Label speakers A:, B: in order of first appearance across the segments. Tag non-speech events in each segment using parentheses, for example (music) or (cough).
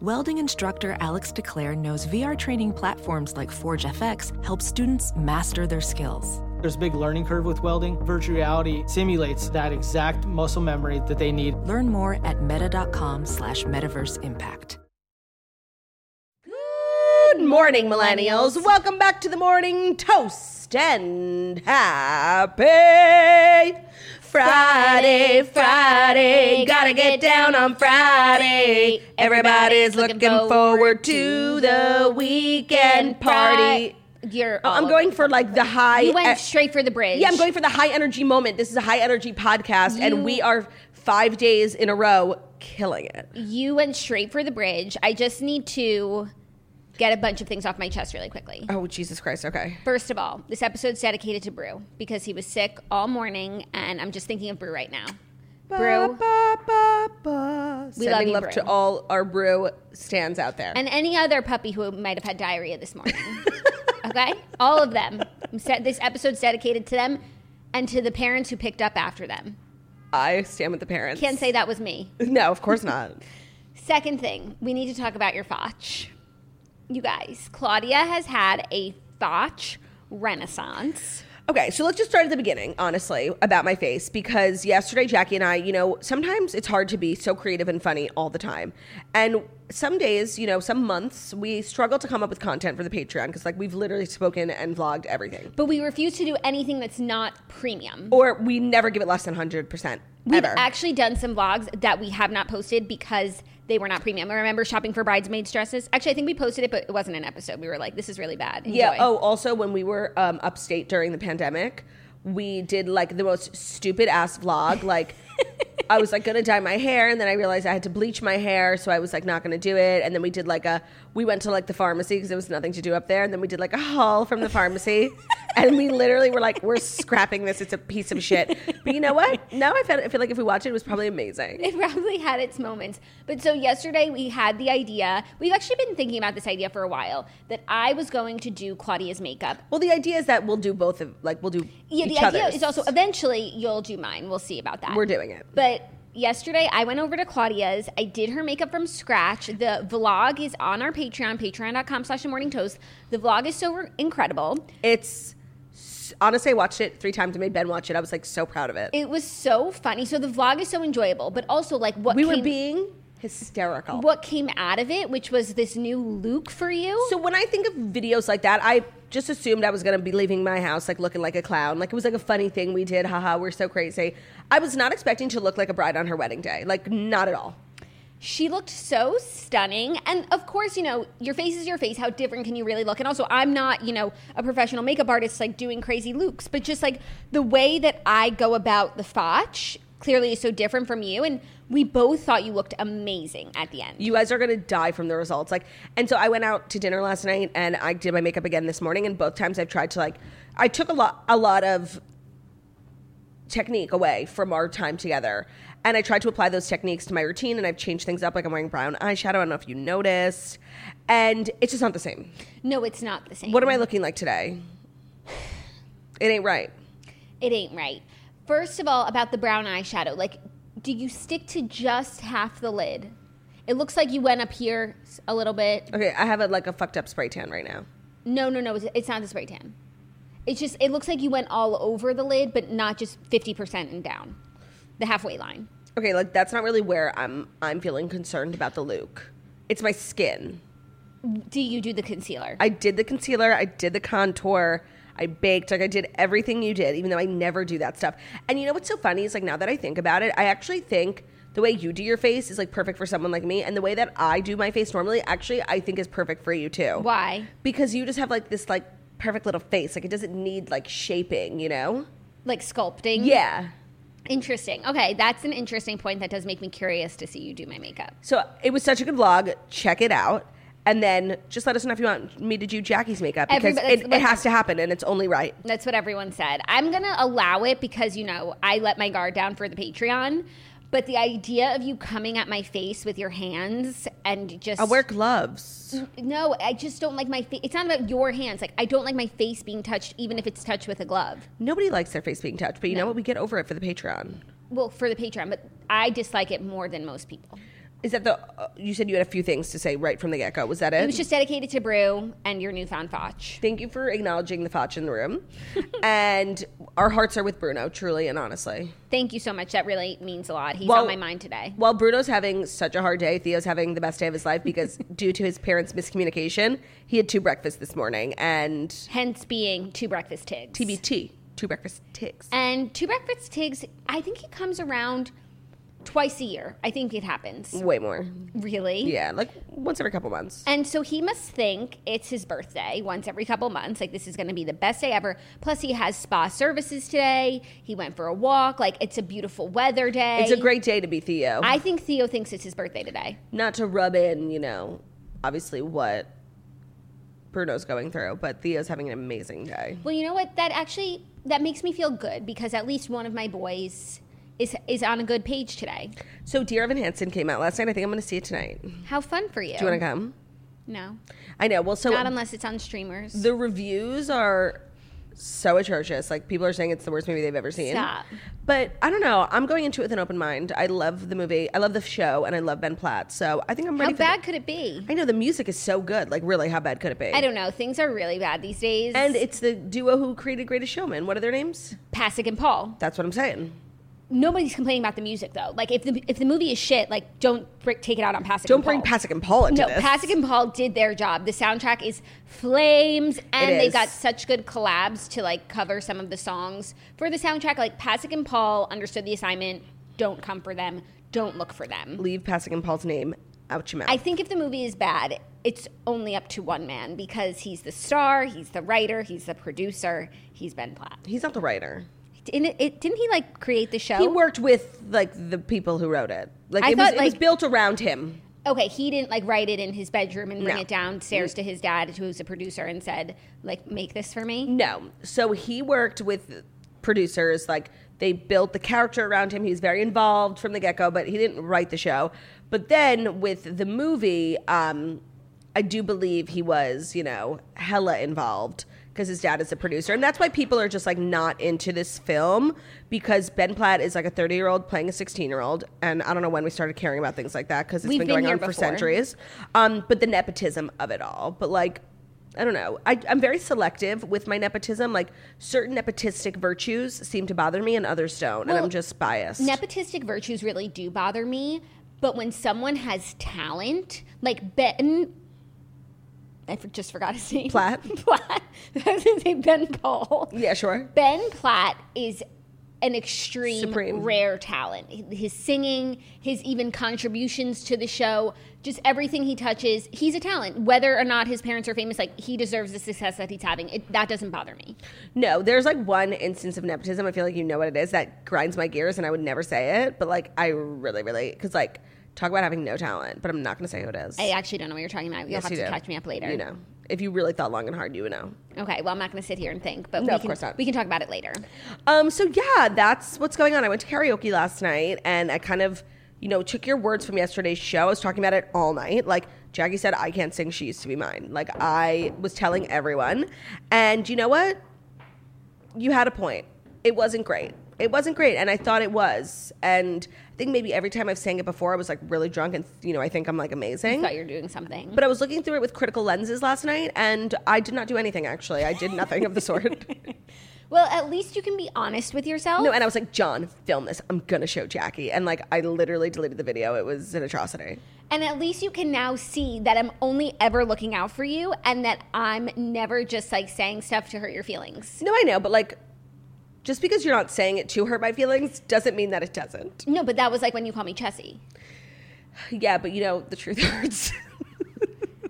A: Welding instructor Alex DeClaire knows VR training platforms like Forge FX help students master their skills.
B: There's a big learning curve with welding. Virtual reality simulates that exact muscle memory that they need.
A: Learn more at meta.com slash metaverse impact.
C: Good morning, millennials. Welcome back to the morning toast and happy Friday, Friday. Gotta get down on Friday. Everybody's looking forward to the weekend party.
D: You're.
C: Oh, I'm
D: all
C: going
D: over
C: for
D: the
C: like the
D: place.
C: high.
D: You
C: eh,
D: went straight for the bridge.
C: Yeah, I'm going for the high energy moment. This is a high energy podcast, and
D: You-
C: we are five days in a row killing it.
D: You went straight for the bridge. I just need to get a bunch of things off my chest really quickly.
C: Oh, Jesus Christ. Okay.
D: First of all, this episode's dedicated to Brew because he was sick all morning, and I'm just thinking of Brew right now. Brew
C: Ba, ba, ba.
D: We love
C: Sending
D: you,
C: love,
D: Brew.
C: to all our brew stands out there.
D: and any other puppy who might have had diarrhea
C: (laughs)
D: this morning. okay, all of them. I'm set- This episode's dedicated to them and to the parents who picked up after them.
C: I stand with the parents.
D: Can't say that was me.
C: No, of course not.
D: Second thing, we need to talk about your Foch. You guys, Claudia has had a Foch renaissance.
C: Okay, so let's just start at the beginning, honestly, about my face, because yesterday Jackie and I, you know, sometimes it's hard to be so creative and funny all the time. And some days, you know, some months, we struggle to come up with content for the Patreon because, like, we've literally spoken and vlogged everything.
D: But we refuse to do anything that's not premium.
C: Or we never give it less than 100%.
D: We've
C: ever.
D: actually done some vlogs that we have not posted because they were not premium. I remember shopping for bridesmaids dresses. Actually, I think we posted it, but it wasn't an episode. We were like, this is really bad. Enjoy.
C: Yeah. Oh, also when we were um, upstate during the pandemic, we did like the most stupid ass vlog. Like I was like gonna dye my hair, and then I realized I had to bleach my hair, so I was like not gonna do it. And then we did like a we went to like the pharmacy because there was nothing to do up there, and then we did like a haul from the
D: (laughs)
C: pharmacy. And we literally were like, we're scrapping this. It's a piece of shit. But you know what? Now I feel, I feel like if we watch it, it was probably amazing.
D: It (laughs) probably had its moments. But so yesterday we had the idea. We've actually been thinking about this idea for a while that I was going to do Claudia's makeup
C: Well, the idea is that we'll do both of, like, we'll do.
D: Yeah, the
C: each
D: idea
C: other's.
D: is also eventually you'll do mine. We'll see about that.
C: We're doing it.
D: But yesterday I went over to Claudia's. I did her makeup from scratch. The vlog is on our Patreon, patreon.com slash the morning toast. The vlog is so incredible.
C: It's honestly, I watched it three times. I made Ben watch it. I was like so proud of it.
D: It was so funny. So the vlog is so enjoyable, but also like what
C: we
D: came,
C: were being hysterical.
D: what came out of it, which was this new look for you.
C: So when I think of videos like that, I just assumed I was gonna be leaving my house like looking like a clown. Like it was like a funny thing we did. Haha, we're so crazy. I was not expecting to look like a bride on her wedding day. Like not at all.
D: She looked so stunning. And of course, you know, your face is your face. How different can you really look? And also, I'm not, you know, a professional makeup artist like doing crazy looks, but just like the way that I go about the Foch clearly is so different from you. And we both thought you looked amazing at the end.
C: You guys are gonna die from the results. Like, and so I went out to dinner last night, and I did my makeup again this morning. And both times I've tried to like, I took a lot, a lot of technique away from our time together, and I tried to apply those techniques to my routine. And I've changed things up. Like I'm wearing brown eyeshadow. I don't know if you noticed, and it's just not the same.
D: no, it's not the same.
C: What am I looking like today? It ain't right.
D: It ain't right. First of all, about the brown eyeshadow, like, do you stick to just half the lid? It looks like you went up here s- a little bit.
C: Okay, I have a, like a fucked up spray tan right now.
D: No, no, no. It's, it's not the spray tan. It's just it looks like you went all over the lid, but not just fifty percent and down, the halfway line.
C: Okay, like that's not really where I'm. I'm feeling concerned about the look. It's my skin.
D: Do you do the concealer?
C: I did the concealer, I did the contour, I baked, like I did everything you did, even though I never do that stuff. And you know what's so funny is like now that I think about it, I actually think the way you do your face is like perfect for someone like me, and the way that I do my face normally, actually, I think is perfect for you too.
D: Why?
C: Because you just have like this like
D: Mm-hmm.
C: perfect little face, like it doesn't need like shaping, you know?
D: Like sculpting.
C: Yeah.
D: Interesting. Okay, that's an interesting point that does make me curious to see you do my makeup.
C: So it was such a good vlog. Check it out. And then just let us know if you want me to do Jackie's makeup because it,
D: Everybody-
C: it has to happen and it's only right.
D: That's what everyone said. I'm going to allow it because, you know, I let my guard down for the Patreon. But the idea of you coming at my face with your hands and just.
C: I wear gloves.
D: No, I just don't like my face. It's not about your hands. Like, I don't like my face being touched, even if it's touched with a glove.
C: Nobody likes their face being touched, but you know what? We get over it for the Patreon.
D: Well, for the Patreon, but I dislike it more than most people.
C: Is that the? Uh, you said you had a few things to say right from the get go. Was that it?
D: It was just dedicated to Brew and your newfound Foch.
C: Thank you for acknowledging the Foch in the
D: (laughs)
C: room, and our hearts are with Bruno, truly and honestly.
D: Thank you so much. That really means a lot. He's
C: Well-
D: on my mind today.
C: While Bruno's having such a hard day, Theo's having the best day of his life
D: (laughs)
C: because due to his parents' miscommunication, he had two breakfasts this morning and
D: Hence being two breakfast tigs.
C: TBT, two breakfast ticks.
D: And two breakfast tigs, I think he comes around twice a year. I think it happens.
C: Way more.
D: Really?
C: Mm. Yeah, like once every couple months.
D: And so he must think it's his birthday once every couple months. Like, this is going to be the best day ever. Plus, he has spa services today. He went for a walk. Like, it's a beautiful weather day.
C: It's a great day to be Theo.
D: I think Theo thinks it's his birthday today.
C: Not to rub in, you know, obviously what Bruno's going through, but Theo's having an amazing day.
D: Well, you know what? That actually that makes me feel good because at least one of my boys is is on a good page today.
C: So Dear Evan Hansen came out last night. I think I'm going to see it tonight. Do
D: How fun for you!
C: you want to come?
D: No,
C: I know. Well, so
D: not unless it's on streamers.
C: the reviews are so atrocious. Like people are saying it's the worst movie they've ever seen.
D: Stop.
C: But I don't know. I'm going into it with an open mind. I love the movie. I love the show, and I love Ben Platt. So I think I'm ready. for
D: How
C: the-
D: bad could it be?
C: I know the music is so good. Like really, how bad could it be?
D: I don't know. Things are really bad these days.
C: And it's the duo who created Greatest Showman. What are their names?
D: Pasek and Paul.
C: That's what I'm saying.
D: Nobody's complaining about the music though. Like if the if the movie is shit, like don't br- take it out on Pasek.
C: Don't
D: and
C: bring
D: Paul.
C: Pasek and Paul into
D: No,
C: this.
D: Pasek and Paul did their job. The soundtrack is flames, and
C: It
D: they've
C: is.
D: got such good collabs to like cover some of the songs for the soundtrack. Like Pasek and Paul understood the assignment. Don't come for them. Don't look for them.
C: Leave Pasek and Paul's name out your mouth.
D: I think if the movie is bad, it's only up to one man because he's the star, he's the writer, he's the producer, he's Ben Platt.
C: He's not the writer.
D: Didn't, it- it, didn't he like create the show?
C: He worked with like the people who wrote it. Like
D: I
C: it was,
D: thought,
C: it was
D: like-
C: built around him.
D: Okay, he didn't like write it in his bedroom and bring
C: No. Mm.
D: it downstairs to his dad, who's a producer, and said like, "Make this for me."
C: No. So he worked with producers. Like they built the character around him. He was very involved from the get go, but he didn't write the show. But then with the movie, um, I do believe he was, you know, hella involved because his dad is a producer. And that's why people are just like not into this film because Ben Platt is like a 30 year old playing a 16 year old. And I don't know when we started caring about things like that because it's
D: We've
C: been
D: been
C: going
D: here
C: on for
D: before.
C: centuries. Um, but the nepotism of it all. But like, I don't know. I, I'm very selective with my nepotism. Like certain nepotistic virtues seem to bother me, and others don't, and
D: Well,
C: I'm just biased.
D: nepotistic virtues really do bother me but when someone has talent like ben i for- just forgot his name
C: Platt?
D: (laughs) platt i was going to say ben paul
C: yeah, sure.
D: ben platt is an extreme
C: Supreme.
D: rare talent his singing his even contributions to the show just everything he touches he's a talent whether or not his parents are famous like he deserves the success that he's having it, that doesn't bother me
C: No, there's like one instance of nepotism. I feel like you know what it is that grinds my gears, and I would never say it, but like I really, really, because like talk about having no talent, but I'm not going to say who it is.
D: i actually don't know what you're talking about you'll
C: Yes,
D: have
C: you
D: to
C: do.
D: catch me up later
C: You know, if you really thought long and hard, you would know.
D: Okay, well, I'm not going to sit here and think, but
C: No,
D: we,
C: of
D: can,
C: course not.
D: we can talk about it later.
C: Um, so yeah, that's what's going on. I went to karaoke last night and I kind of, you know, took your words from yesterday's show. I was talking about it all night. Like Jackie said, I can't sing. She used to be mine. Like I was telling everyone. And you know what? You had a point. It wasn't great. It wasn't great. And I thought it was. And I think maybe every time I've sang it before, I was like really drunk and, you know, I think I'm like
D: I
C: amazing.
D: thought you were doing something.
C: But I was looking through it with critical lenses last night and I did not do anything actually. I did nothing of the
D: (laughs)
C: sort.
D: well, at least you can be honest with yourself.
C: No, and I was like, John, film this. I'm gonna show Jackie. And like, I literally deleted the video. It was an atrocity.
D: and at least you can now see that I'm only ever looking out for you and that I'm never just like saying stuff to hurt your feelings.
C: No, I know, but like, just because you're not saying it to hurt my feelings doesn't mean that it doesn't.
D: No, but that was like when you called me Chessie.
C: Yeah, but you know, the truth hurts.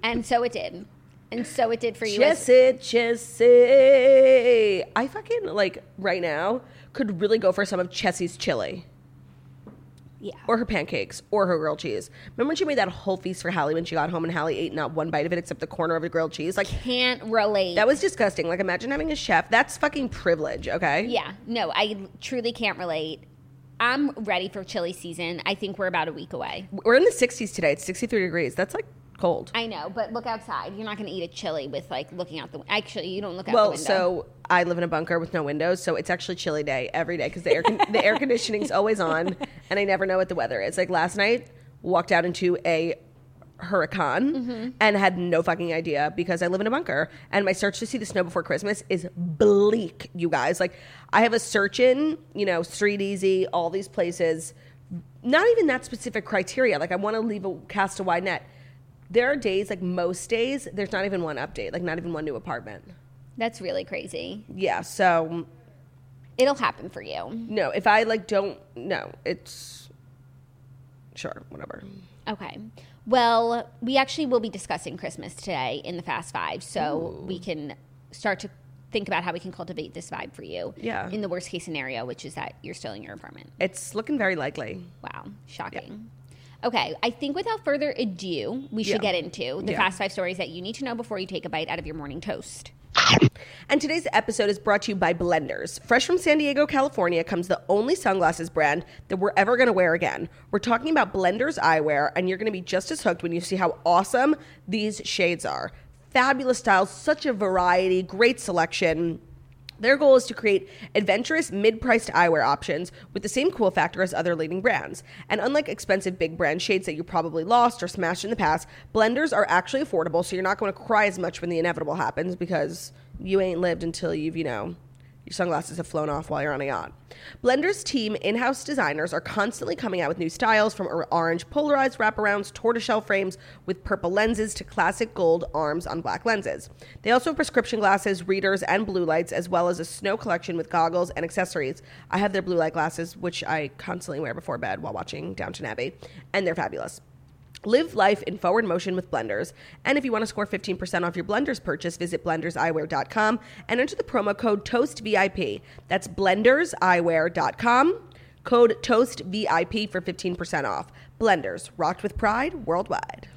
D: And so it did. And so it did for you. as-
C: Jesse, Jesse. I fucking like right now could really go for some of Chessie's chili
D: yeah.
C: or her pancakes or her grilled cheese. Remember when she made that whole feast for Hallie when she got home and Hallie ate not one bite of it except the corner of the grilled cheese? Like
D: Can't relate.
C: that was disgusting. Like imagine having a chef. That's fucking privilege, okay?
D: Yeah, no, I truly can't relate. I'm ready for chili season. I think we're about a week away.
C: We're in the 60s today. It's 63 degrees. That's like cold.
D: I know, but look outside. You're not going to eat a chili with like looking out the window. Actually, you don't look out
C: well,
D: the window.
C: so I live in a bunker with no windows, so it's actually chilly day every day because the air con- the air
D: (laughs)
C: conditioning's always on, and I never know what the weather is. Like last night, walked out into a hurricane
D: Mm-hmm.
C: and had no fucking idea because I live in a bunker, and my search to see the snow before Christmas is bleak. You guys, like I have a search in, you know, Street Easy, all these places. Not even that specific criteria. Like I want to leave a cast a wide net. There are days, like most days, there's not even one update, like not even one new apartment.
D: that's really crazy.
C: Yeah, so
D: It'll happen for you.
C: no, if I like don't no, it's sure, whatever.
D: Okay. Well, we actually will be discussing Christmas today in the Fast Five, so we can start to think about how we can cultivate this vibe for you.
C: Yeah.
D: In the worst case scenario, which is that you're still in your apartment.
C: It's looking very likely.
D: Wow, shocking. Okay, I think without further ado, we should
C: Yeah.
D: get into the
C: Yeah.
D: fast five stories that you need to know before you take a bite out of your morning toast.
C: And today's episode is brought to you by Blenders. Fresh from San Diego, California comes the only sunglasses brand that we're ever going to wear again. We're talking about Blenders eyewear, and you're going to be just as hooked when you see how awesome these shades are. Fabulous styles, such a variety, great selection. Their goal is to create adventurous, mid priced eyewear options with the same cool factor as other leading brands. And unlike expensive big brand shades that you probably lost or smashed in the past, blenders are actually affordable, so you're not going to cry as much when the inevitable happens because you ain't lived until you've, you know, your sunglasses have flown off while you're on a yacht. Blender's team in house designers are constantly coming out with new styles from or- orange polarized wraparounds, tortoiseshell frames with purple lenses to classic gold arms on black lenses. They also have prescription glasses, readers, and blue lights, as well as a snow collection with goggles and accessories. I have their blue light glasses, which I constantly wear before bed while watching Downton Abbey, and they're fabulous. Live life in forward motion with Blenders. And if you want to score 15% off your Blenders purchase, visit blenderseyewear.com and enter the promo code TOASTVIP. That's blenderseyewear.com, code TOASTVIP for 15% off. Blenders, rocked with pride worldwide.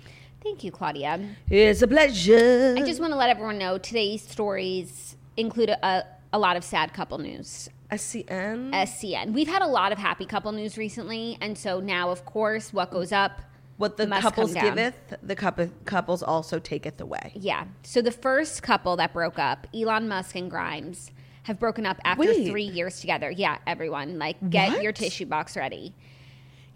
D: Thank you, Claudia.
C: It's a pleasure.
D: I just want to let everyone know today's stories include a, a, a lot of sad couple news.
C: SCN.
D: Uh, SCN. We've had a lot of happy couple news recently, and so now, of course, what goes up?
C: what the
D: must
C: couples
D: come down.
C: giveth, the coup- couples also taketh away.
D: Yeah. So the first couple that broke up, Elon Musk and Grimes, have broken up after
C: Wait.
D: three years together. Yeah, everyone, like, get your
C: What?
D: tissue box ready.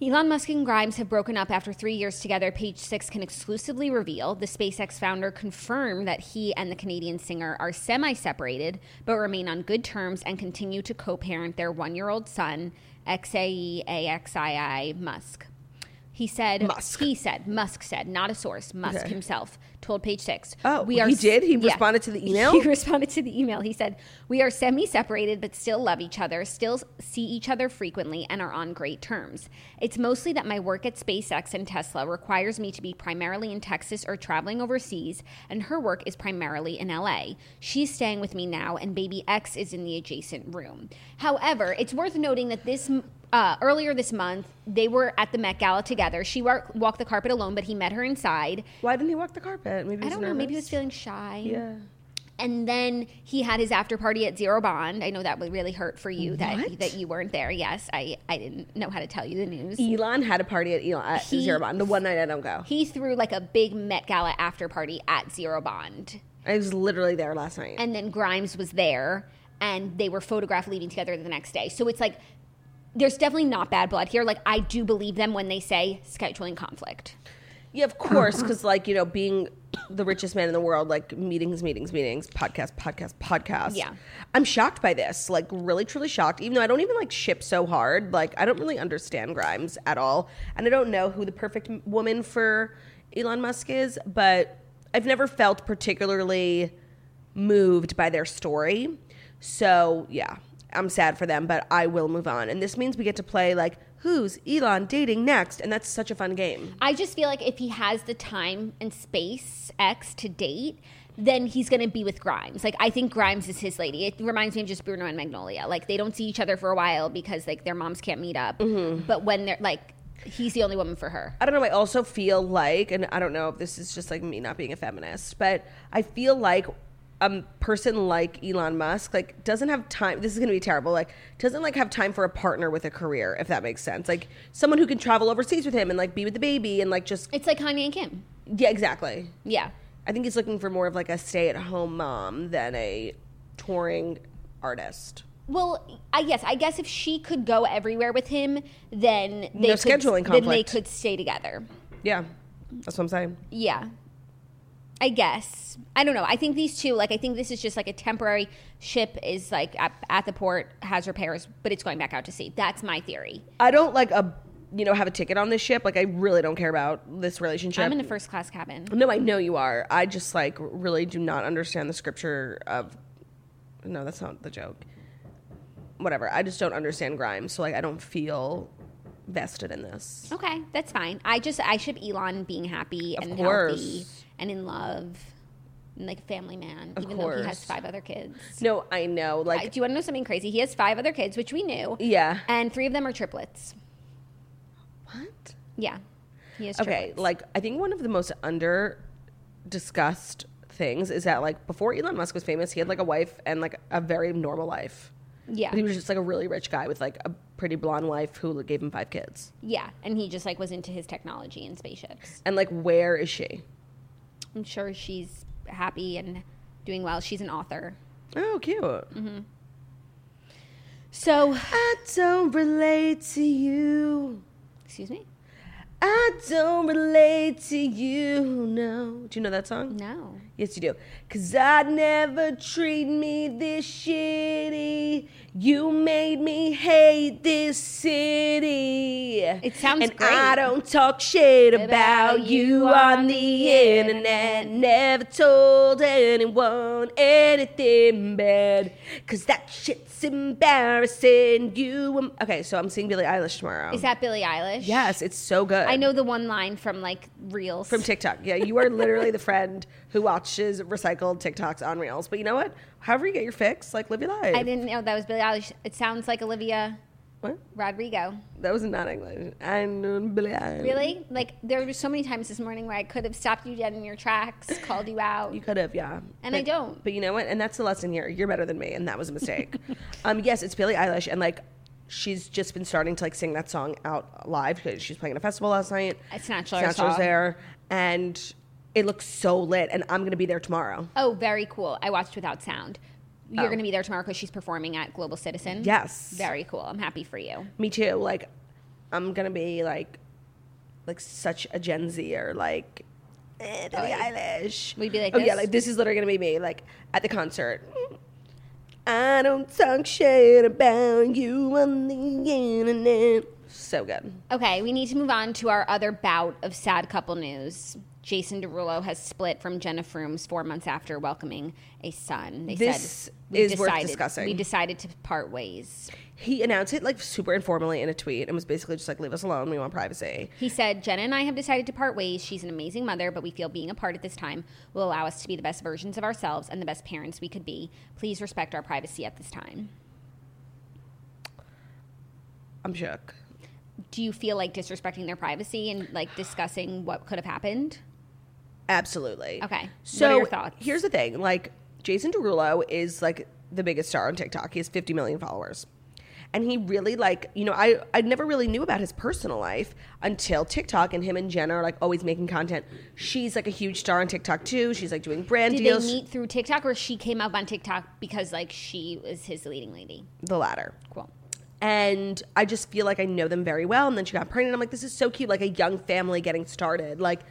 D: Elon Musk and Grimes have broken up after three years together. Page Six can exclusively reveal the SpaceX founder confirmed that he and the Canadian singer are semi separated, but remain on good terms and continue to co parent their one year old son, E XAEAXII Musk. He said,
C: Musk.
D: He said, Musk said, not a source, Musk
C: Okay.
D: himself told Page Six.
C: Oh, he did? He responded to the email?
D: He (laughs) responded to the email. He said, "We are semi-separated, but still love each other, still see each other frequently, and are on great terms. It's mostly that my work at SpaceX and Tesla requires me to be primarily in Texas or traveling overseas, and her work is primarily in LA. She's staying with me now, and baby X is in the adjacent room. However, it's worth noting that this." m- Uh, earlier this month, they were at the Met Gala together. She wa- walked the carpet alone, but he met her inside.
C: Why didn't he walk the carpet? Maybe he
D: I
C: was
D: don't know. Maybe he
C: nervous.
D: was feeling shy.
C: Yeah.
D: And then he had his after party at Zero Bond. I know that would really hurt for you that
C: What?
D: that you weren't there. Yes, I, I didn't know how to tell you the news.
C: Elon had a party at Elon at
D: He-
C: Zero Bond, the one night I don't go.
D: He threw like a big Met Gala after party at Zero Bond.
C: I was literally there last night.
D: And then Grimes was there and they were photographed leaving together the next day. So it's like there's definitely not bad blood here. Like I do believe them when they say scheduling conflict.
C: Yeah, of course, because like you know, being the richest man in the world, like meetings, meetings, meetings, podcast, podcast, podcast.
D: Yeah.
C: I'm shocked by this. Like, really, truly shocked. Even though I don't even like ship so hard, like I don't really understand Grimes at all, and I don't know who the perfect m- woman for Elon Musk is. But I've never felt particularly moved by their story. So yeah, I'm sad for them, but I will move on. And this means we get to play like who's Elon dating next, and that's such a fun game.
D: I just feel like if he has the time and space X to date, then he's going to be with Grimes. Like I think Grimes is his lady. It reminds me of just Bruno and Magnolia. Like they don't see each other for a while because like their moms can't meet up.
C: Mm-hmm.
D: But when they're like, he's the only woman for her.
C: I don't know. I also feel like, and I don't know if this is just like me not being a feminist, but I feel like a person like Elon Musk like doesn't have time. This is going to be terrible. Like doesn't like have time for a partner with a career, if that makes sense. Like someone who can travel overseas with him and like be with the baby and like just
D: It's like Kanye and Kim.
C: yeah, exactly.
D: Yeah.
C: I think he's looking for more of like a stay-at-home mom than a touring artist.
D: Well, I guess I guess if she could go everywhere with him, then
C: No
D: they could,
C: scheduling
D: Then they
C: conflict.
D: could stay together.
C: Yeah, that's what I'm saying.
D: Yeah. I guess. I don't know. I think these two, like, I think this is just like a temporary ship is like at, at the port, has repairs, but it's going back out to sea. That's my theory.
C: I don't like a you know have a ticket on this ship. Like I really don't care about this relationship.
D: I'm in a first class cabin.
C: No, I know you are. I just like really do not understand the scripture of. No, that's not the joke. Whatever. I just don't understand Grimes, so like I don't feel vested in this.
D: Okay, that's fine. I just, I ship Elon being happy
C: Of
D: and
C: course.
D: healthy and in love and like a family man, even though he has
C: course.
D: five other kids.
C: No, I know.
D: I-
C: Like,
D: do you want to know something crazy? He has five other kids, which we knew.
C: yeah.
D: And three of them are triplets.
C: What?
D: Yeah. He has
C: Okay,
D: triplets.
C: like I think one of the most under discussed things is that like before Elon Musk was famous, he had like a wife and like a very normal life.
D: Yeah.
C: But he was just like a really rich guy with like a pretty blonde wife who gave him five kids.
D: Yeah. And he just like was into his technology and spaceships.
C: And like, where is she?
D: I'm sure she's happy and doing well. She's an author.
C: Oh, cute.
D: So,
C: I don't relate to you.
D: excuse me?
C: I don't relate to you, no. Do you know that song?
D: No.
C: Yes, you do. Cause I never treat me this shitty. You made me hate this city.
D: It sounds
C: and
D: great.
C: I don't talk shit about you on the internet. Never told anyone anything bad. Cause that shit's embarrassing. You. em- Okay, so I'm seeing Billie Eilish tomorrow.
D: Is that Billie Eilish?
C: yes, it's so good.
D: I know the one line from like Reels.
C: From TikTok. Yeah, you are literally the friend who watches recycled TikToks on Reels. But you know what? However you get your fix, like live your life.
D: I didn't know that was Billie Eilish. It sounds like Olivia
C: What?
D: Rodrigo.
C: That was not English. I know Billie Eilish.
D: Really? Like there were so many times this morning where I could have stopped you dead in your
C: (laughs)
D: tracks, called you out.
C: You could have, yeah.
D: And I
C: But-
D: don't.
C: But you know what? And that's the lesson here. You're better than me, and that was a
D: (laughs)
C: mistake. um, yes, it's Billie Eilish, and like she's just been starting to like sing that song out live because she's playing at a festival last night.
D: At Snatchler I
C: Snatchler's
D: saw.
C: there, and it looks so lit. And I'm gonna be there tomorrow.
D: Oh, very cool. I watched without sound. You're
C: Oh.
D: going to be there tomorrow because she's performing at Global Citizen.
C: Yes.
D: Very cool. I'm happy for you.
C: Me too. Like, I'm gonna be like, like such a Gen Z or like, eh, Billie Eilish.
D: We'd be like
C: oh yeah,
D: this?
C: like this is literally gonna be me. Like at the concert. I don't talk shit about you on the internet. So good.
D: Okay, we need to move on to our other bout of sad couple news. Jason Derulo has split from Jenna Froomes four months after welcoming a son. They
C: This
D: said, "We
C: is worth discussing."
D: We decided to part ways.
C: He announced it like super informally in a tweet and was basically just like, "Leave us alone. We want privacy."
D: He said, Jenna and I have decided to part ways. She's an amazing mother, but we feel being apart at this time will allow us to be the best versions of ourselves and the best parents we could be. Please respect our privacy at this time.
C: I'm shook.
D: Do you feel like disrespecting their privacy and like discussing what could have happened?
C: Absolutely.
D: Okay.
C: So
D: What are your thoughts?
C: here's the thing: like Jason Derulo is like the biggest star on TikTok. He has 50 million followers, and he really like you know I I never really knew about his personal life until TikTok and him and Jenna are like always making content. She's like a huge star on TikTok too. She's like doing brand
D: Did
C: deals.
D: they meet through TikTok or she came up on TikTok because like she was his leading lady?
C: the latter.
D: Cool.
C: and I just feel like I know them very well. And then she got pregnant. I'm like, this is so cute, like a young family getting started, like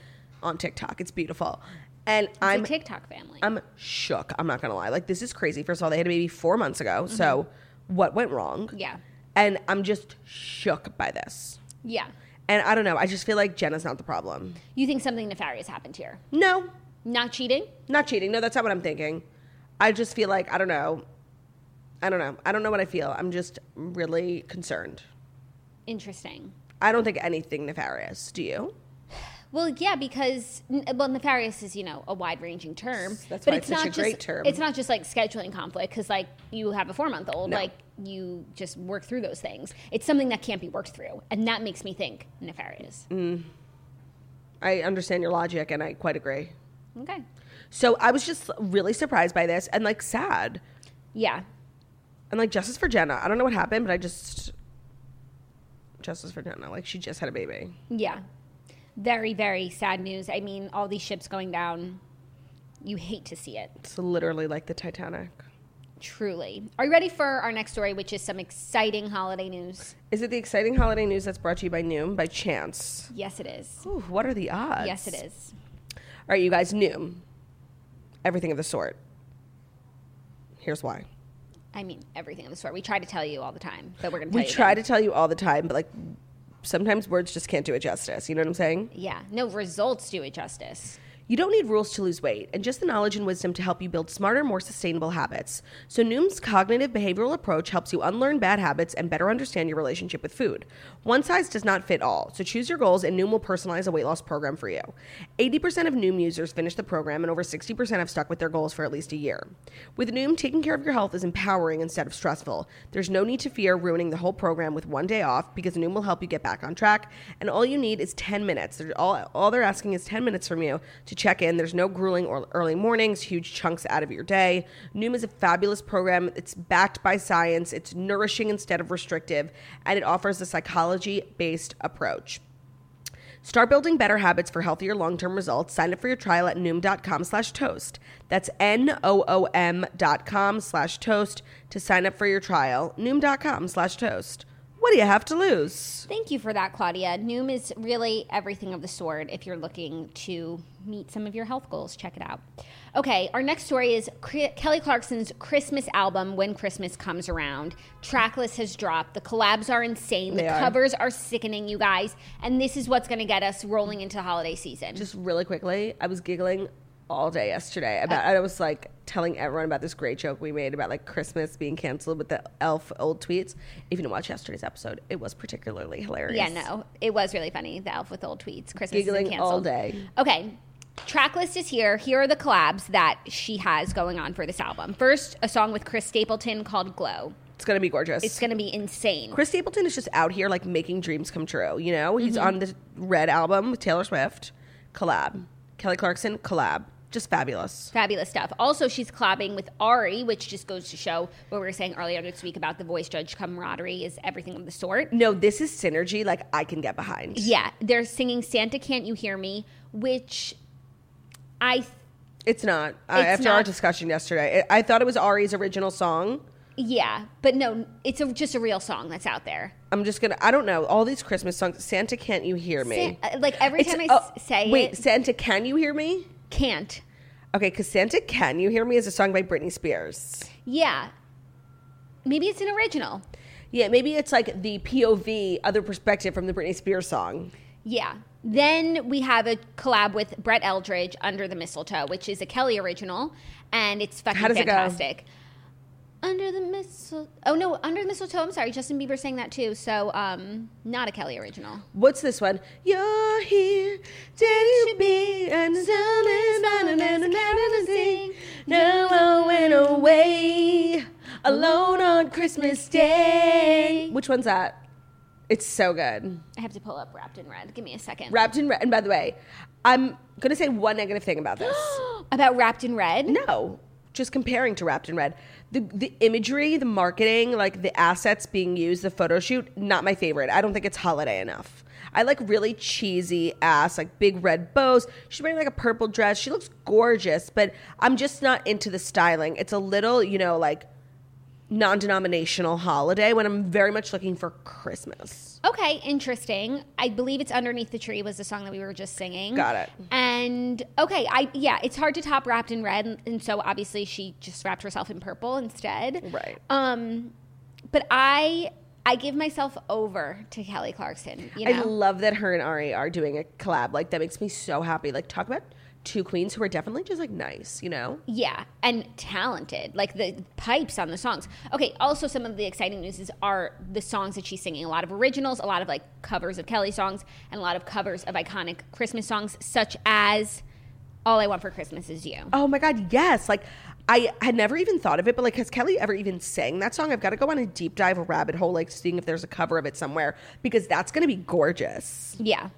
C: on TikTok. It's beautiful, and
D: It's
C: I'm
D: a TikTok family.
C: I'm shook. I'm not gonna lie. Like this is crazy. First of all, they had a baby four months ago, so what went wrong?
D: Yeah.
C: and I'm just shook by this.
D: yeah.
C: And I don't know. I just feel like Jenna's not the problem.
D: You think something nefarious happened here?
C: No,
D: Not cheating?
C: not cheating. No, that's not what I'm thinking. I just feel like I don't know. I don't know. I don't know what I feel. I'm just really concerned.
D: Interesting.
C: I don't think anything nefarious. Do you?
D: Well, yeah, because n- well, nefarious is you know a wide-ranging term,
C: That's
D: but
C: why
D: it's,
C: it's such
D: not
C: a great
D: just,
C: term.
D: It's not just like scheduling conflict because like you have a four-month-old,
C: No.
D: like you just work through those things. It's something that can't be worked through, and that makes me think nefarious.
C: Mm. I understand your logic and I quite agree.
D: Okay,
C: So I was just really surprised by this and like sad.
D: yeah,
C: And like justice for Jenna. I don't know what happened, but I just justice for Jenna. Like she just had a baby.
D: yeah, very very sad news. I mean, all these ships going down, you hate to see it.
C: It's literally like the Titanic.
D: Truly, are you ready for our next story, which is some exciting holiday news?
C: Is it the exciting holiday news that's brought to you by Noom by chance?
D: Yes, it is.
C: Ooh, what are the odds?
D: Yes, it is.
C: All right, you guys, Noom. Everything of the sort. Here's why.
D: I mean, everything of the sort. We try to tell you all the time, but we're going to tell
C: We
D: you.
C: try
D: again.
C: to tell you all the time, but like sometimes words just can't do it justice. You know what I'm saying?
D: Yeah, no results do it justice.
C: You don't need rules to lose weight, and just the knowledge and wisdom to help you build smarter, more sustainable habits. So, Noom's cognitive behavioral approach helps you unlearn bad habits and better understand your relationship with food. One size does not fit all, so choose your goals, and Noom will personalize a weight loss program for you. 80% of Noom users finish the program, and over 60% have stuck with their goals for at least a year. With Noom, taking care of your health is empowering instead of stressful. There's no need to fear ruining the whole program with one day off because Noom will help you get back on track, and all you need is 10 minutes. They're all, all they're asking is 10 minutes from you to check in. There's no grueling or early mornings, huge chunks out of your day. Noom is a fabulous program. It's backed by science, it's nourishing instead of restrictive, and it offers a psychology based approach. Start building better habits for healthier long-term results. Sign up for your trial at noom.com slash toast. That's N-O-O-M dot com slash toast to sign up for your trial. Noom.com slash toast. What do you have to lose?
D: Thank you for that, Claudia. Noom is really everything of the sort if you're looking to meet some of your health goals. Check it out. Okay, our next story is Cre- Kelly Clarkson's Christmas album, When Christmas Comes Around. Tracklist has dropped. The collabs are insane.
C: They
D: the
C: are.
D: covers are sickening, you guys. And this is what's going to get us rolling into the holiday season.
C: Just really quickly, I was giggling all day yesterday about I was like telling everyone about this great joke we made about like Christmas being canceled with the elf old tweets. If you didn't watch yesterday's episode, it was particularly hilarious.
D: Yeah, no, it was really funny. The elf with old tweets. Christmas isn't
C: Giggling all
D: canceled.
C: day.
D: Okay. Tracklist is here. Here are the collabs that she has going on for this album. First, a song with Chris Stapleton called Glow.
C: It's gonna be gorgeous.
D: It's going to be insane.
C: Chris Stapleton is just out here like making dreams come true. You know,
D: Mm-hmm.
C: he's on the Red album with Taylor Swift, collab. Kelly Clarkson, collab. Just fabulous.
D: Fabulous stuff. Also, she's collabing with Ari, which just goes to show what we were saying earlier this week about the voice judge camaraderie is everything of the sort.
C: No, this is synergy. Like I can get behind.
D: Yeah, they're singing Santa Can't You Hear Me, which I
C: It's not. I,
D: It's
C: after our
D: not.
C: discussion yesterday, I I thought it was Ari's original song.
D: yeah, but no, it's a, just a real song that's out there.
C: I'm just gonna. I don't know. All these Christmas songs. Santa, can't you hear me?
D: Sa- uh, like every
C: It's-
D: time I
C: oh,
D: s- say
C: wait,
D: it,
C: Santa, can you hear me?
D: can't.
C: Okay, because Santa, can you hear me is a song by Britney Spears.
D: Yeah. Maybe it's an original.
C: Yeah, maybe it's like the POV, other perspective from the Britney Spears song.
D: Yeah. Then we have a collab with Brett Eldridge, Under the Mistletoe, which is a Kelly original, and it's fucking
C: How does it go?
D: fantastic. Under the mistletoe. Oh no, Under the Mistletoe. I'm sorry, Justin Bieber sang that too. So, um, not a Kelly original.
C: What's this one? You're here, there you be, and the sun is shining and the night is sing. Now I went away, alone on Christmas Day. Which one's that? It's so good.
D: I have to pull up Wrapped in Red. Give me a second.
C: Wrapped in red. And by the way, I'm gonna say one negative thing about this.
D: (gasps) (gasps) About Wrapped in Red.
C: No, just comparing to Wrapped in Red, the the imagery, the marketing, like the assets being used, the photo shoot, not my favorite. I don't think it's holiday enough. I like really cheesy ass, like big red bows. She's wearing like a purple dress. She looks gorgeous, but I'm just not into the styling. It's a little, you know, like non-denominational holiday when I'm very much looking for Christmas.
D: Okay, interesting. I believe it's underneath the tree was the song that we were just singing.
C: Got it.
D: And okay, I yeah, it's hard to top wrapped in red, and, and so obviously she just wrapped herself in purple instead.
C: Right.
D: Um, but I I give myself over to Kelly Clarkson. You know,
C: I love that her and Ari are doing a collab. Like that makes me so happy. Like talk about two queens who are definitely just like nice, you know?
D: Yeah, and talented. Like the pipes on the songs. Okay, also some of the exciting news is are the songs that she's singing. A lot of originals, a lot of like covers of Kelly songs, and a lot of covers of iconic Christmas songs, such as All I Want for Christmas Is You.
C: Oh my God, yes. Like, I had never even thought of it, but like, has Kelly ever even sang that song? I've got to go on a deep dive, a rabbit hole, like seeing if there's a cover of it somewhere because that's going to be gorgeous.
D: Yeah.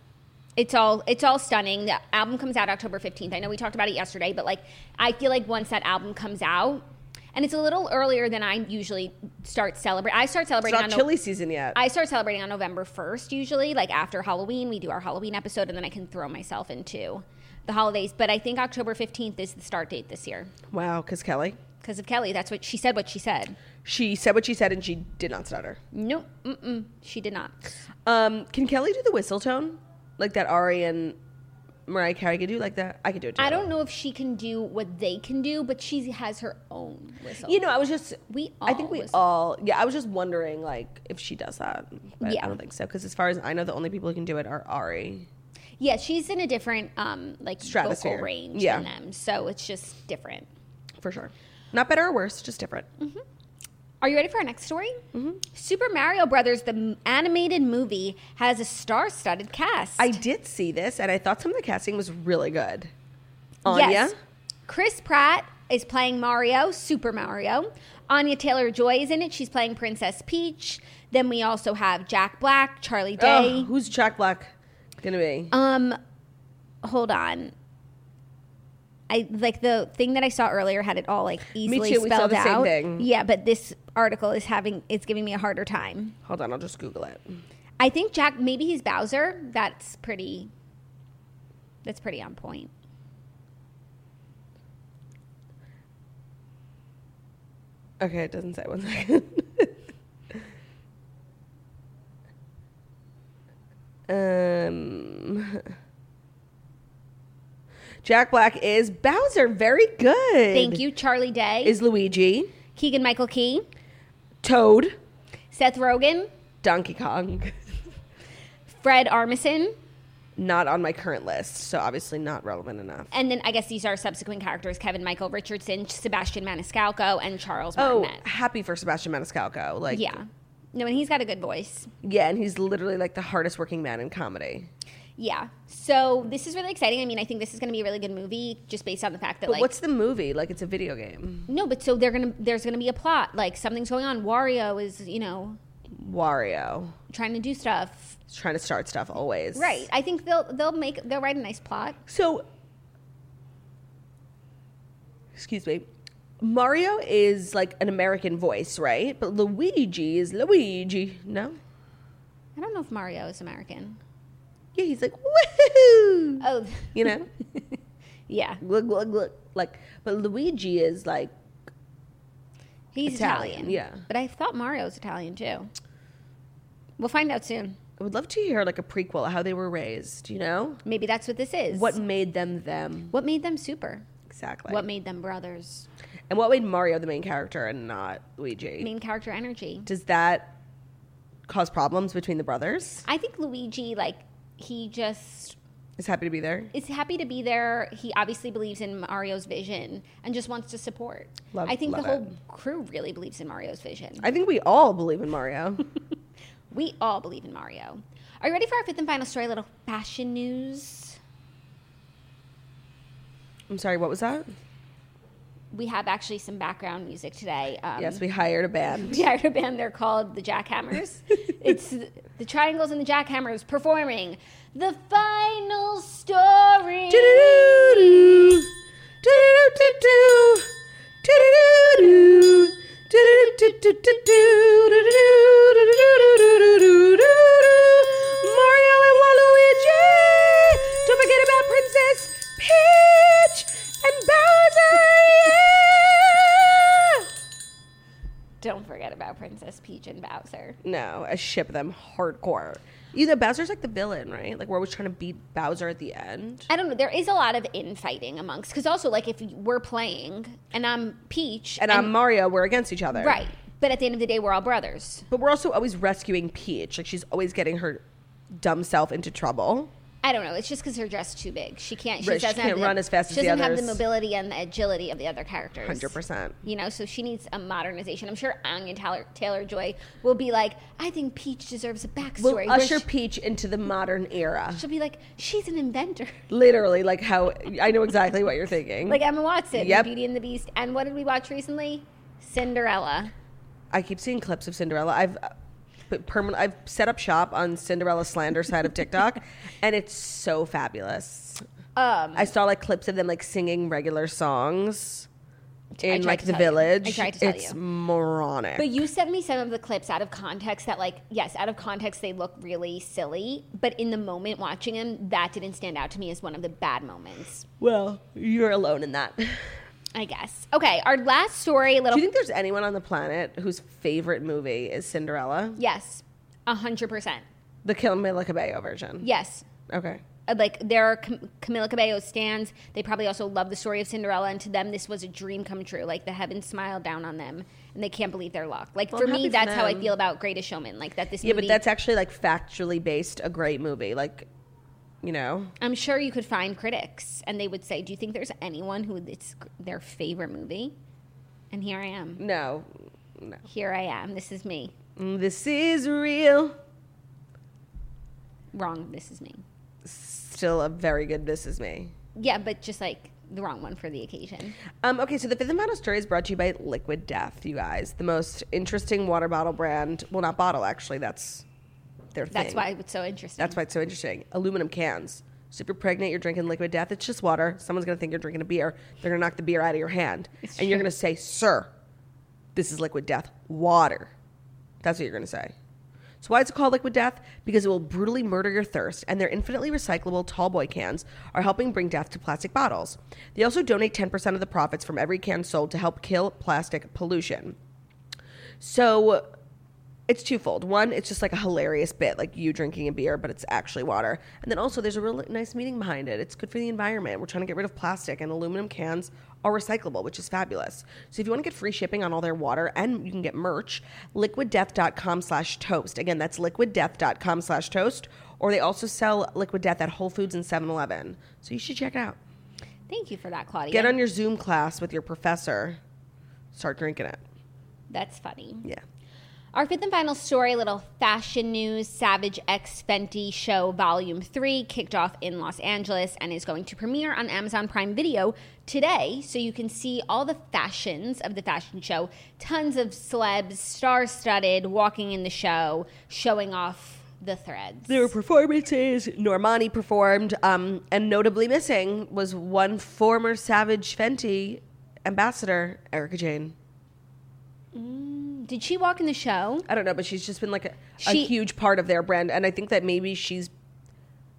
D: It's all it's all stunning. The album comes out October 15th. I know we talked about it yesterday, but like I feel like once that album comes out, and it's a little earlier than I usually start celebrating. I start
C: It's
D: celebrating
C: not
D: on Nov-
C: chili season yet.
D: I start celebrating on November 1st usually, like after Halloween, we do our Halloween episode and then I can throw myself into the holidays, but I think October 15th is the start date this year
C: wow, because Kelly,
D: because of Kelly. That's what she said what she said.
C: she said what she said and she did not stutter.
D: Nope. Mm-mm, she did not.
C: Um, can Kelly do the whistle tone like that Ari and Mariah Carey could do? Like that, I could do it. Too.
D: I don't know if she can do what they can do, but she has her own whistle.
C: You know, I was just
D: We
C: I think
D: all
C: we
D: whistle.
C: all. Yeah, I was just wondering like if she does that. But
D: Yeah.
C: I don't think so because as far as I know, the only people who can do it are Ari.
D: Yeah, she's in a different um like vocal
C: Stratosphere.
D: range
C: Yeah.
D: than them, so it's just different.
C: for sure. Not better or worse, just different.
D: Are you ready for our next story? Mm-hmm. Super Mario Brothers, the m- animated movie, has a star-studded cast.
C: I did see this, and I thought some of the casting was really good. Anya,
D: Yes. Chris Pratt is playing Mario, Super Mario. Anya Taylor Joy is in it. She's playing Princess Peach. Then we also have Jack Black, Charlie
C: Ugh,
D: Day.
C: who's Jack Black gonna be?
D: Um, hold on. I like the thing that I saw earlier had it all like easily
C: too, we saw
D: spelled
C: the same
D: out.
C: thing.
D: Yeah, but this article is having it's giving me a harder time.
C: Hold on, I'll just Google it.
D: I think Jack maybe he's Bowser. That's pretty. That's pretty on point.
C: Okay, it doesn't say. One second. (laughs) um, Jack Black is Bowser. Very good.
D: Thank you, Charlie Day,
C: Is Luigi
D: Keegan Michael Key,
C: Toad?
D: Seth Rogen,
C: Donkey Kong. (laughs)
D: Fred Armisen,
C: Not on my current list, so obviously not relevant enough.
D: and then I guess these are subsequent characters: Kevin Michael Richardson, Sebastian Maniscalco, and Charles
C: Oh,
D: Martinet.
C: happy for Sebastian Maniscalco. Like,
D: Yeah, no, and he's got a good voice.
C: yeah, and he's literally like the hardest working man in comedy.
D: Yeah. So this is really exciting. I mean, I think this is going to be a really good movie just based on the fact that
C: But
D: like
C: what's the movie? Like, it's a video game.
D: no, but so they're going to there's going to be a plot. Like something's going on. Wario is, you know,
C: Wario.
D: trying to do stuff.
C: He's trying to start stuff always.
D: Right. I think they'll they'll make they'll write a nice plot.
C: So, excuse me. Mario is like an American voice, right? But Luigi is Luigi. No?
D: I don't know if Mario is American.
C: Yeah, he's like, woohoo!
D: Oh, (laughs)
C: You know? (laughs)
D: yeah.
C: look, look, look. Like, but Luigi is like,
D: He's
C: Italian,
D: Italian.
C: yeah.
D: But I thought Mario's Italian too. We'll find out soon.
C: I would love to hear like a prequel of how they were raised, you know?
D: Maybe that's what this is.
C: What made them them?
D: what made them super?
C: Exactly.
D: What made them brothers?
C: and what made Mario the main character and not Luigi?
D: Main character energy.
C: Does that cause problems between the brothers?
D: I think Luigi like he just
C: Is happy to be there?
D: is happy to be there. He obviously believes in Mario's vision and just wants to support.
C: Love-
D: I think
C: love
D: the whole
C: it.
D: crew really believes in Mario's vision.
C: I think we all believe in Mario.
D: we all believe in Mario. Are you ready for our fifth and final story? A little fashion news.
C: I'm sorry, what was that?
D: We have actually some background music today. Um, (laughs)
C: yes, we hired a band.
D: we hired a band. They're called
C: (laughs)
D: the Jackhammers. it's the Triangles and the Jackhammers performing the final story.
C: Do-do-do-do. Do-do-do-do-do. Do-do-do-do. Do-do-do-do-do-do. Mario and Waluigi. Don't forget about Princess Peach and Bowser. yeah.
D: Don't forget about Princess Peach and Bowser.
C: No, I ship them hardcore. You know, Bowser's like the villain, right? Like we're always trying to beat Bowser at the end.
D: I don't know. There is a lot of infighting amongst because also like if we're playing and I'm Peach
C: And I'm Mario, we're against each other.
D: right, but at the end of the day we're all brothers.
C: But we're also always rescuing Peach. Like she's always getting her dumb self into trouble.
D: I don't know. It's just because her dress too big. She can't. She
C: Right, she
D: doesn't have
C: can't
D: the-
C: run as fast
D: She
C: as the
D: doesn't have the
C: others.
D: mobility and the agility of the other characters.
C: 100%.
D: You know, so she needs a modernization. I'm sure Anya Taylor Taylor Joy will be like, I think Peach deserves a backstory.
C: We'll
D: where
C: usher
D: she,
C: Peach into the modern era.
D: she'll be like, she's an inventor, (laughs)
C: Literally, like how I know exactly what you're thinking.
D: like Emma Watson,
C: Yep.
D: Beauty and the Beast. And what did we watch recently? Cinderella.
C: I keep seeing clips of Cinderella. I've uh, put permanent. I've set up shop on Cinderella slander side of
D: (laughs)
C: TikTok, and it's so fabulous.
D: Um,
C: I saw like clips of them like singing regular songs in
D: tried
C: like
D: to
C: the
D: tell you. I
C: village.
D: tried to tell
C: it's
D: you.
C: moronic.
D: But you sent me some of the clips out of context that, like, yes, out of context, they look really silly. But in the moment watching them, that didn't stand out to me as one of the bad moments,
C: well, you're alone in that. Do
D: (laughs) I guess. Okay, our last story, a little.
C: you think there's anyone on the planet whose favorite movie is Cinderella,
D: yes, 100%.
C: the Camila Cabello version?
D: Yes.
C: Okay.
D: Uh, Like, there are Cam- Camila Cabello stands. They probably also love the story of Cinderella. And to them, this was a dream come true. Like, the heavens smiled down on them, and they can't believe their luck. Like,
C: Well,
D: for
C: I'm
D: me,
C: happy for
D: that's how I
C: them.
D: feel about Greatest Showman. Like, that this
C: Yeah,
D: movie.
C: but that's actually like factually based. A great movie, like you know.
D: I'm sure you could find critics, and they would say, "Do you think there's anyone who it's their favorite movie?" And here I am.
C: No, Mm,
D: Here I am. This is me.
C: this is real.
D: Wrong. This is me.
C: Still a very good. This is me.
D: Yeah, but just like the wrong one for the occasion.
C: Um, okay, so the fifth and final story is brought to you by Liquid Death, you guys. The most interesting water bottle brand. Well, not bottle, actually. That's their thing.
D: That's why it's so interesting.
C: That's why it's so interesting. Aluminum cans. So if you're pregnant, you're drinking Liquid Death. It's just water. Someone's going to think you're drinking a beer. They're going to knock the beer out of your hand. and you're going to say, Sir, this is Liquid Death. Water. That's what you're going to say. So why is it called Liquid Death? Because it will brutally murder your thirst, and their infinitely recyclable Tallboy cans are helping bring death to plastic bottles. They also donate 10% of the profits from every can sold to help kill plastic pollution. So it's twofold. One, it's just like a hilarious bit, like you drinking a beer, but it's actually water. And then also, there's a really nice meaning behind it. It's good for the environment. We're trying to get rid of plastic, and aluminum cans are recyclable, which is fabulous. So if you want to get free shipping on all their water, and you can get merch, liquiddeath.com slash toast. Again, that's liquiddeath.com slash toast. Or they also sell Liquid Death at Whole Foods and 7-Eleven. So you should check it out.
D: Thank you for that, Claudia.
C: Get on your Zoom class with your professor. Start drinking it.
D: That's funny.
C: Yeah.
D: Our fifth and final story, a little fashion news. Savage X Fenty Show Volume 3 kicked off in Los Angeles and is going to premiere on Amazon Prime Video today. So you can see all the fashions of the fashion show. Tons of celebs, star studded, walking in the show, showing off the threads.
C: There were performances. Normani performed, um, and notably missing was one former Savage Fenty ambassador, Erica Jane.
D: Did she walk in the show?
C: I don't know, but she's just been like a,
D: She-
C: a huge part of their brand, and I think that maybe she's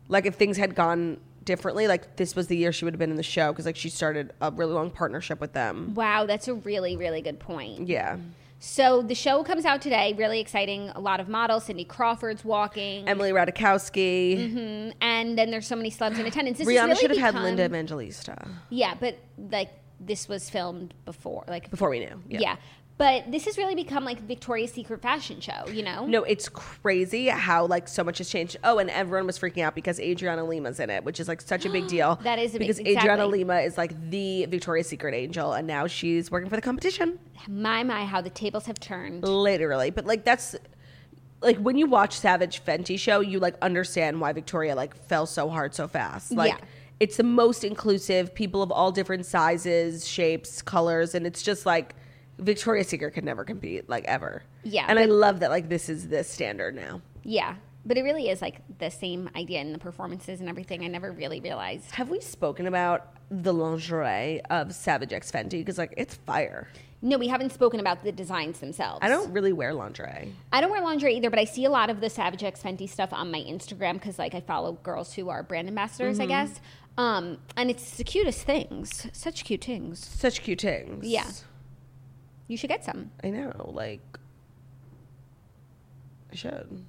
C: like if things had gone differently, like this was the year she would have been in the show because like she started a really long partnership with them.
D: Wow, that's a really, really good point.
C: Yeah,
D: Mm-hmm. So the show comes out today. Really exciting. A lot of models. Cindy Crawford's walking.
C: Emily Ratajkowski.
D: and then there's so many celebs in attendance. This has
C: Rihanna
D: Mm-hmm. really
C: should have had
D: become-
C: Linda Evangelista
D: Yeah, but like this was filmed before, like
C: before we knew.
D: yeah. But this has really become like Victoria's Secret fashion show, you know?
C: No, it's crazy how like so much has changed. Oh, and everyone was freaking out because Adriana Lima's in it, which is like such a
D: (gasps)
C: big deal.
D: That is a big-
C: because Adriana
D: exactly.
C: Lima is like the Victoria's Secret angel, and now she's working for the competition,
D: My my, how the tables have turned.
C: literally. But like that's like when you watch Savage Fenty show, you like understand why Victoria like fell so hard so fast. Like
D: Yeah.
C: it's the most inclusive, people of all different sizes, shapes, colors, and it's just like Victoria's Secret could never compete like ever.
D: Yeah,
C: and I love that like this is this standard now.
D: Yeah. But it really is like the same idea in the performances and everything. I never really realized.
C: Have we spoken about the lingerie of Savage X Fenty? Because like it's fire.
D: No, we haven't spoken about the designs themselves.
C: I don't really wear lingerie.
D: I don't wear lingerie either, but I see a lot of the Savage X Fenty stuff on my Instagram because, like, I follow girls who are brand ambassadors,
C: Mm-hmm.
D: I guess. Um, and it's the cutest things, such cute things.
C: Such cute things.
D: Yeah. You should get some.
C: I know. Like, I should.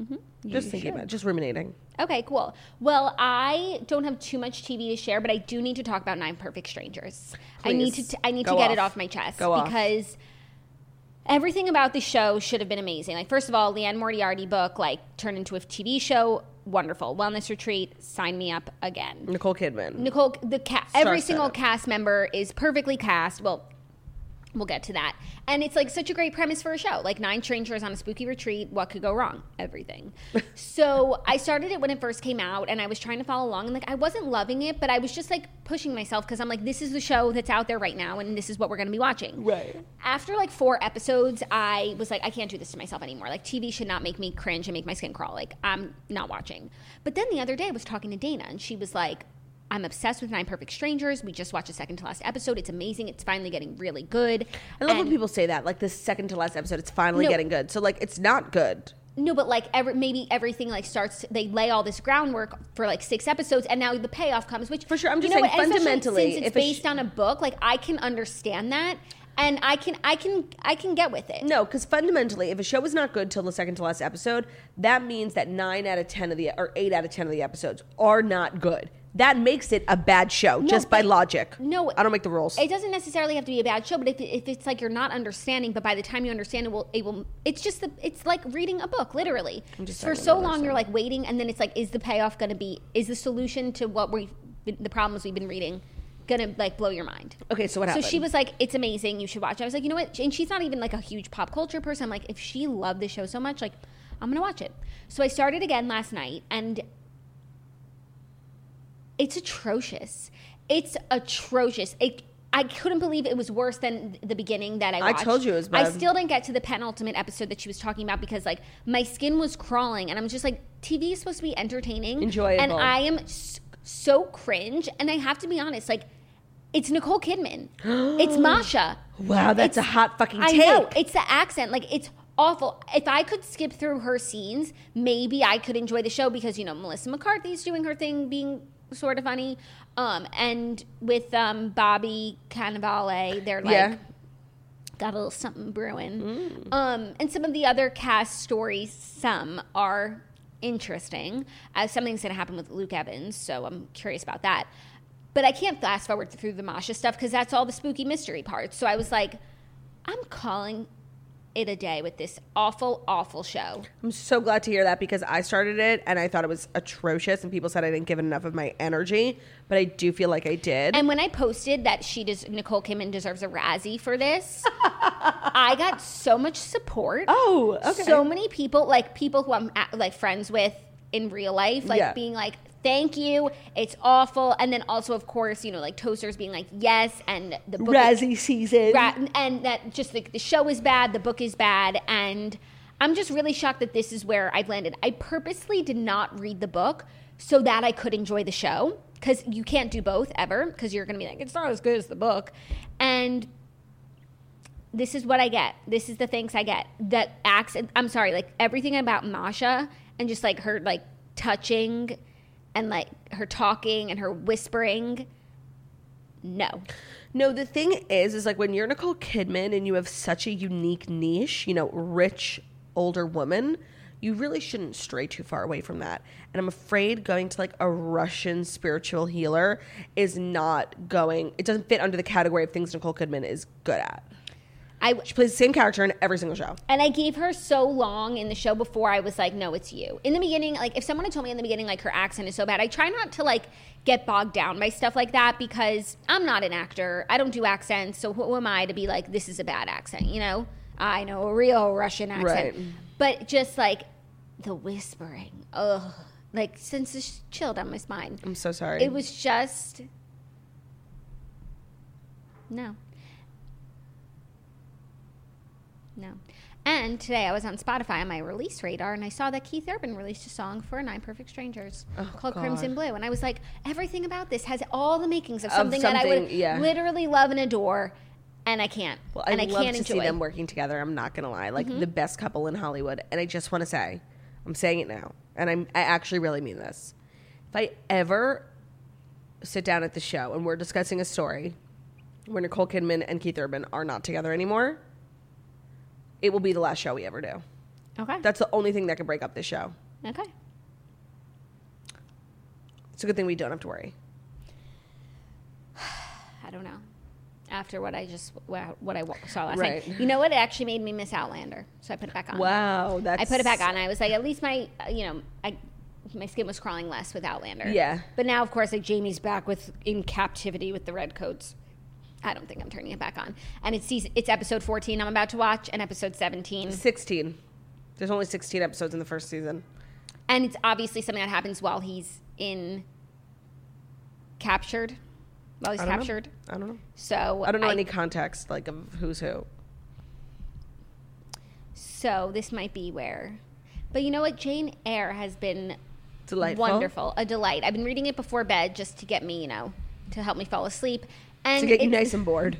D: Mm-hmm.
C: Just thinking about, it, just ruminating.
D: Okay, cool. Well, I don't have too much TV to share, but I do need to talk about Nine Perfect Strangers. I need to
C: Please.
D: t- I need to
C: Go
D: get
C: off.
D: it off my chest
C: Go off.
D: because everything about the show should have been amazing. Like first of all, Leanne Moriarty book like turned into a TV show. wonderful. Wellness retreat, sign me up again.
C: Nicole Kidman.
D: Nicole, the ca- every
C: Star-studded.
D: single cast member is perfectly cast. Well, we'll get to that. And it's like such a great premise for a show. Like nine strangers on a spooky retreat. What could go wrong? Everything. so I started it when it first came out, and I was trying to follow along, and like I wasn't loving it, but I was just like pushing myself because I'm like, this is the show that's out there right now, and this is what we're going to be watching. Right. After like four episodes, I was like, I can't do this to myself anymore. Like TV should not make me cringe and make my skin crawl. Like I'm not watching. But then the other day, I was talking to Dana, and she was like. I'm obsessed with Nine Perfect Strangers. We just watched the second to last episode. It's amazing. It's finally getting really good.
C: I love
D: And-
C: when people say that. Like the second to last episode, it's finally
D: No.
C: getting good. So like it's not good.
D: No, but like every maybe everything like starts. They lay all this groundwork for like six episodes, and now the payoff comes. Which
C: For sure. I'm
D: you
C: just
D: know
C: saying
D: what, especially
C: fundamentally,
D: since
C: if
D: it's
C: a
D: based
C: sh-
D: on a book, like I can understand that, and I can I can I can get with it.
C: No, because fundamentally, if a show is not good till the second to last episode, that means that nine out of ten of the or eight out of ten of the episodes are not good. That makes it a bad show just by
D: but-
C: logic.
D: no,
C: I don't make the rules.
D: It doesn't necessarily have to be a bad show, but if, if it's like you're not understanding, but by the time you understand it, will it will. It's just the it's like reading a book, literally. For so long, you're like waiting, and then it's like, is the payoff going to be? Is the solution to what we have the problems we've been reading gonna like blow your mind?
C: Okay, so what happened?
D: So she was like, "It's amazing. You should watch." it." I was like, "You know what?" And she's not even like a huge pop culture person. I'm like, if she loved the show so much, like, I'm gonna watch it. So I started again last night, and it's atrocious. It's atrocious. It, I couldn't believe it was worse than the beginning that I
C: I
D: watched.
C: told you it was
D: I
C: bad.
D: still didn't get to the penultimate episode that she was talking about because like my skin was crawling and I'm just like TV is supposed to be entertaining, and
C: Enjoyable.
D: I am s- so cringe. And I have to be honest, like it's Nicole Kidman, it's Masha.
C: wow, that's a
D: It's-
C: hot fucking
D: I
C: take.
D: know it's the accent, like it's awful. If I could skip through her scenes, maybe I could enjoy the show because you know Melissa McCarthy's doing her thing, being sort of funny, um, and with um, Bobby Cannavale, they're like
C: yeah. Mm.
D: got a little something brewing. Um, and some of the other cast stories, some are interesting. Uh, something's going to happen with Luke Evans, so I'm curious about that. But I can't fast forward through the Masha stuff because that's all the spooky mystery parts. So I was like, I'm calling it a day with this awful, awful show.
C: I'm so glad to hear that because I started it and I thought it was atrocious, and people said I didn't give it enough of my energy, but I do feel like I did.
D: And when I posted that she does Nicole Kidman deserves a Razzie
C: (laughs)
D: for this, I got so much support.
C: Oh, okay.
D: So many people, like people who I'm at, like friends with in real life, like
C: Yeah.
D: being like, "Thank you, it's awful," and then also, of course, you know, like toasters being like, "Yes," and the book
C: Razzie season.
D: Ra- and that just like the show is bad, the book is bad, and I'm just really shocked that this is where I've landed. I purposely did not read the book so that I could enjoy the show because you can't do both ever because you're going to be like it's not as good as the book, and this is what I get. This is the things I get. The accent. I'm sorry, like everything about Masha and just like her like touching and like her talking and her whispering. No.
C: No, the thing is, is like when you're Nicole Kidman and you have such a unique niche, you know, rich older woman, you really shouldn't stray too far away from that. And I'm afraid going to like a Russian spiritual healer is not going, it doesn't fit under the category of things Nicole Kidman is good at.
D: I
C: She plays the same character in every single show.
D: And I gave her so long in the show before I was like, no, it's you. In the beginning, like if someone had told me in the beginning, like her accent is so bad, I try not to like get bogged down by stuff like that because I'm not an actor. I don't do accents. So who am I to be like, this is a bad accent, you know? I know a real Russian accent.
C: Right.
D: But just like the whispering, ugh, like since it's chilled on my spine.
C: I'm so sorry.
D: It was just no, no. And today I was on Spotify on my release radar, and I saw that Keith Urban released a song for Nine Perfect Strangers
C: Oh,
D: called "Crimson Blue," and I was like, everything about this has all the makings of something, that I would
C: something, yeah.
D: literally love and adore, and I can't.
C: Well, I
D: and I
C: love
D: can't
C: to
D: enjoy Mm-hmm.
C: see them working together. I'm not gonna lie, like the best couple in Hollywood. And I just want to say, I'm saying it now, and I'm I actually really mean this. If I ever sit down at the show and we're discussing a story where Nicole Kidman and Keith Urban are not together anymore, it will be the last show we ever do.
D: Okay.
C: That's the only thing that could break up this show.
D: okay.
C: It's a good thing we don't have to worry.
D: I don't know. After what I just wa- what I wa- saw last
C: Right.
D: night, you know what? It actually made me miss Outlander, so I put it back on.
C: Wow, that's
D: I put it back on. I was like, at least my, uh, you know, I my skin was crawling less with Outlander.
C: Yeah.
D: But now, of course, like Jamie's back with in captivity with the redcoats. I don't think I'm turning it back on. And it's season, it's episode 14 I'm about to watch and episode 17.
C: 16. There's only 16 episodes in the first season.
D: And it's obviously something that happens while he's in captured. While he's
C: I don't know.
D: captured.
C: I don't know.
D: So
C: I don't know any context like of who's who.
D: So this might be where. But you know what? Jane Eyre has been
C: Delightful.
D: wonderful, a delight. I've been reading it before bed just to get me, you know, to help me fall asleep. And
C: To get you
D: it-
C: nice and
D: (laughs)
C: bored.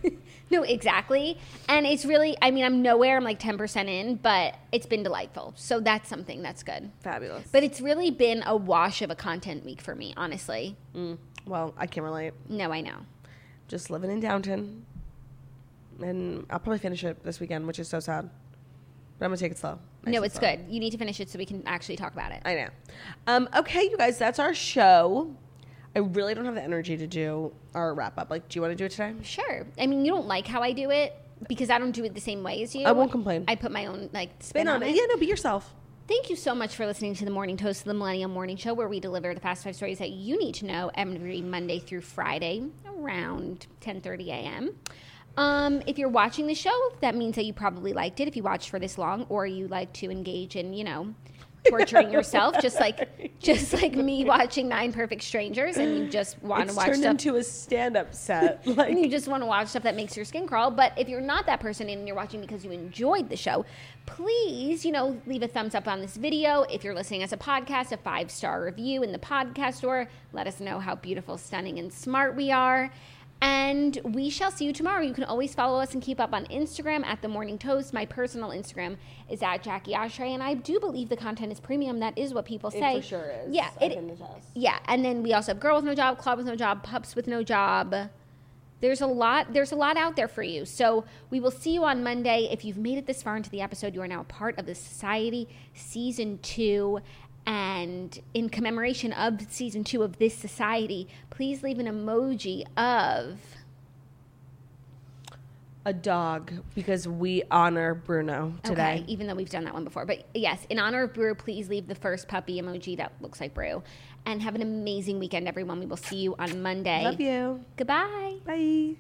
D: No, exactly. And it's really, I mean, I'm nowhere. I'm like 10% in, but it's been delightful. So that's something that's good.
C: Fabulous.
D: But it's really been a wash of a content week for me, honestly.
C: Well, I can't relate.
D: No, I know.
C: Just living in Downton. And I'll probably finish it this weekend, which is so sad. But I'm going to take it slow. Nice
D: no,
C: and
D: it's
C: slow.
D: good. You need to finish it so we can actually talk about it.
C: I know. Um, okay, you guys, that's our show. I really don't have the energy to do our wrap up. Like, do you want to do it today?
D: Sure. I mean, you don't like how I do it because I don't do it the same way as you.
C: I won't complain.
D: I put my own like spin,
C: Spin on it. Yeah, no, be yourself.
D: Thank you so much for listening to the Morning Toast of the Millennial Morning Show, where we deliver the past five stories that you need to know every Monday through Friday around 10:30 a.m. Um, if you're watching the show, that means that you probably liked it. If you watched for this long, or you like to engage in,
C: (laughs)
D: you know, torturing yourself, just like just like me watching Nine Perfect Strangers, and you just want to
C: It's
D: watch
C: turned
D: stuff
C: into a stand up set. (laughs) Like,
D: and you just want to watch stuff that makes your skin crawl. But if you're not that person and you're watching because you enjoyed the show, please, you know, leave a thumbs up on this video. If you're listening as a podcast, a five star review in the podcast store. Let us know how beautiful, stunning, and smart we are. And we shall see you tomorrow. You can always follow us and keep up on Instagram at The Morning Toast. My personal Instagram is at Jackie Ashray. And I do believe the content is premium. That is what people say.
C: for sure is.
D: Yeah.
C: I
D: it-
C: can attest.
D: yeah. And then we also have Girl with No Job, Club with No Job, Pups with No Job there's a lot there's a lot out there for you so we will see you on monday if you've made it this far into the episode you are now a part of the society season two and in commemoration of season two of this society please leave an emoji of
C: a dog because we honor Bruno today.
D: okay even though we've done that one before but yes in honor of brew please leave the first puppy emoji that looks like brew and have an amazing weekend everyone we will see you on monday
C: Love you.
D: goodbye
C: Bye.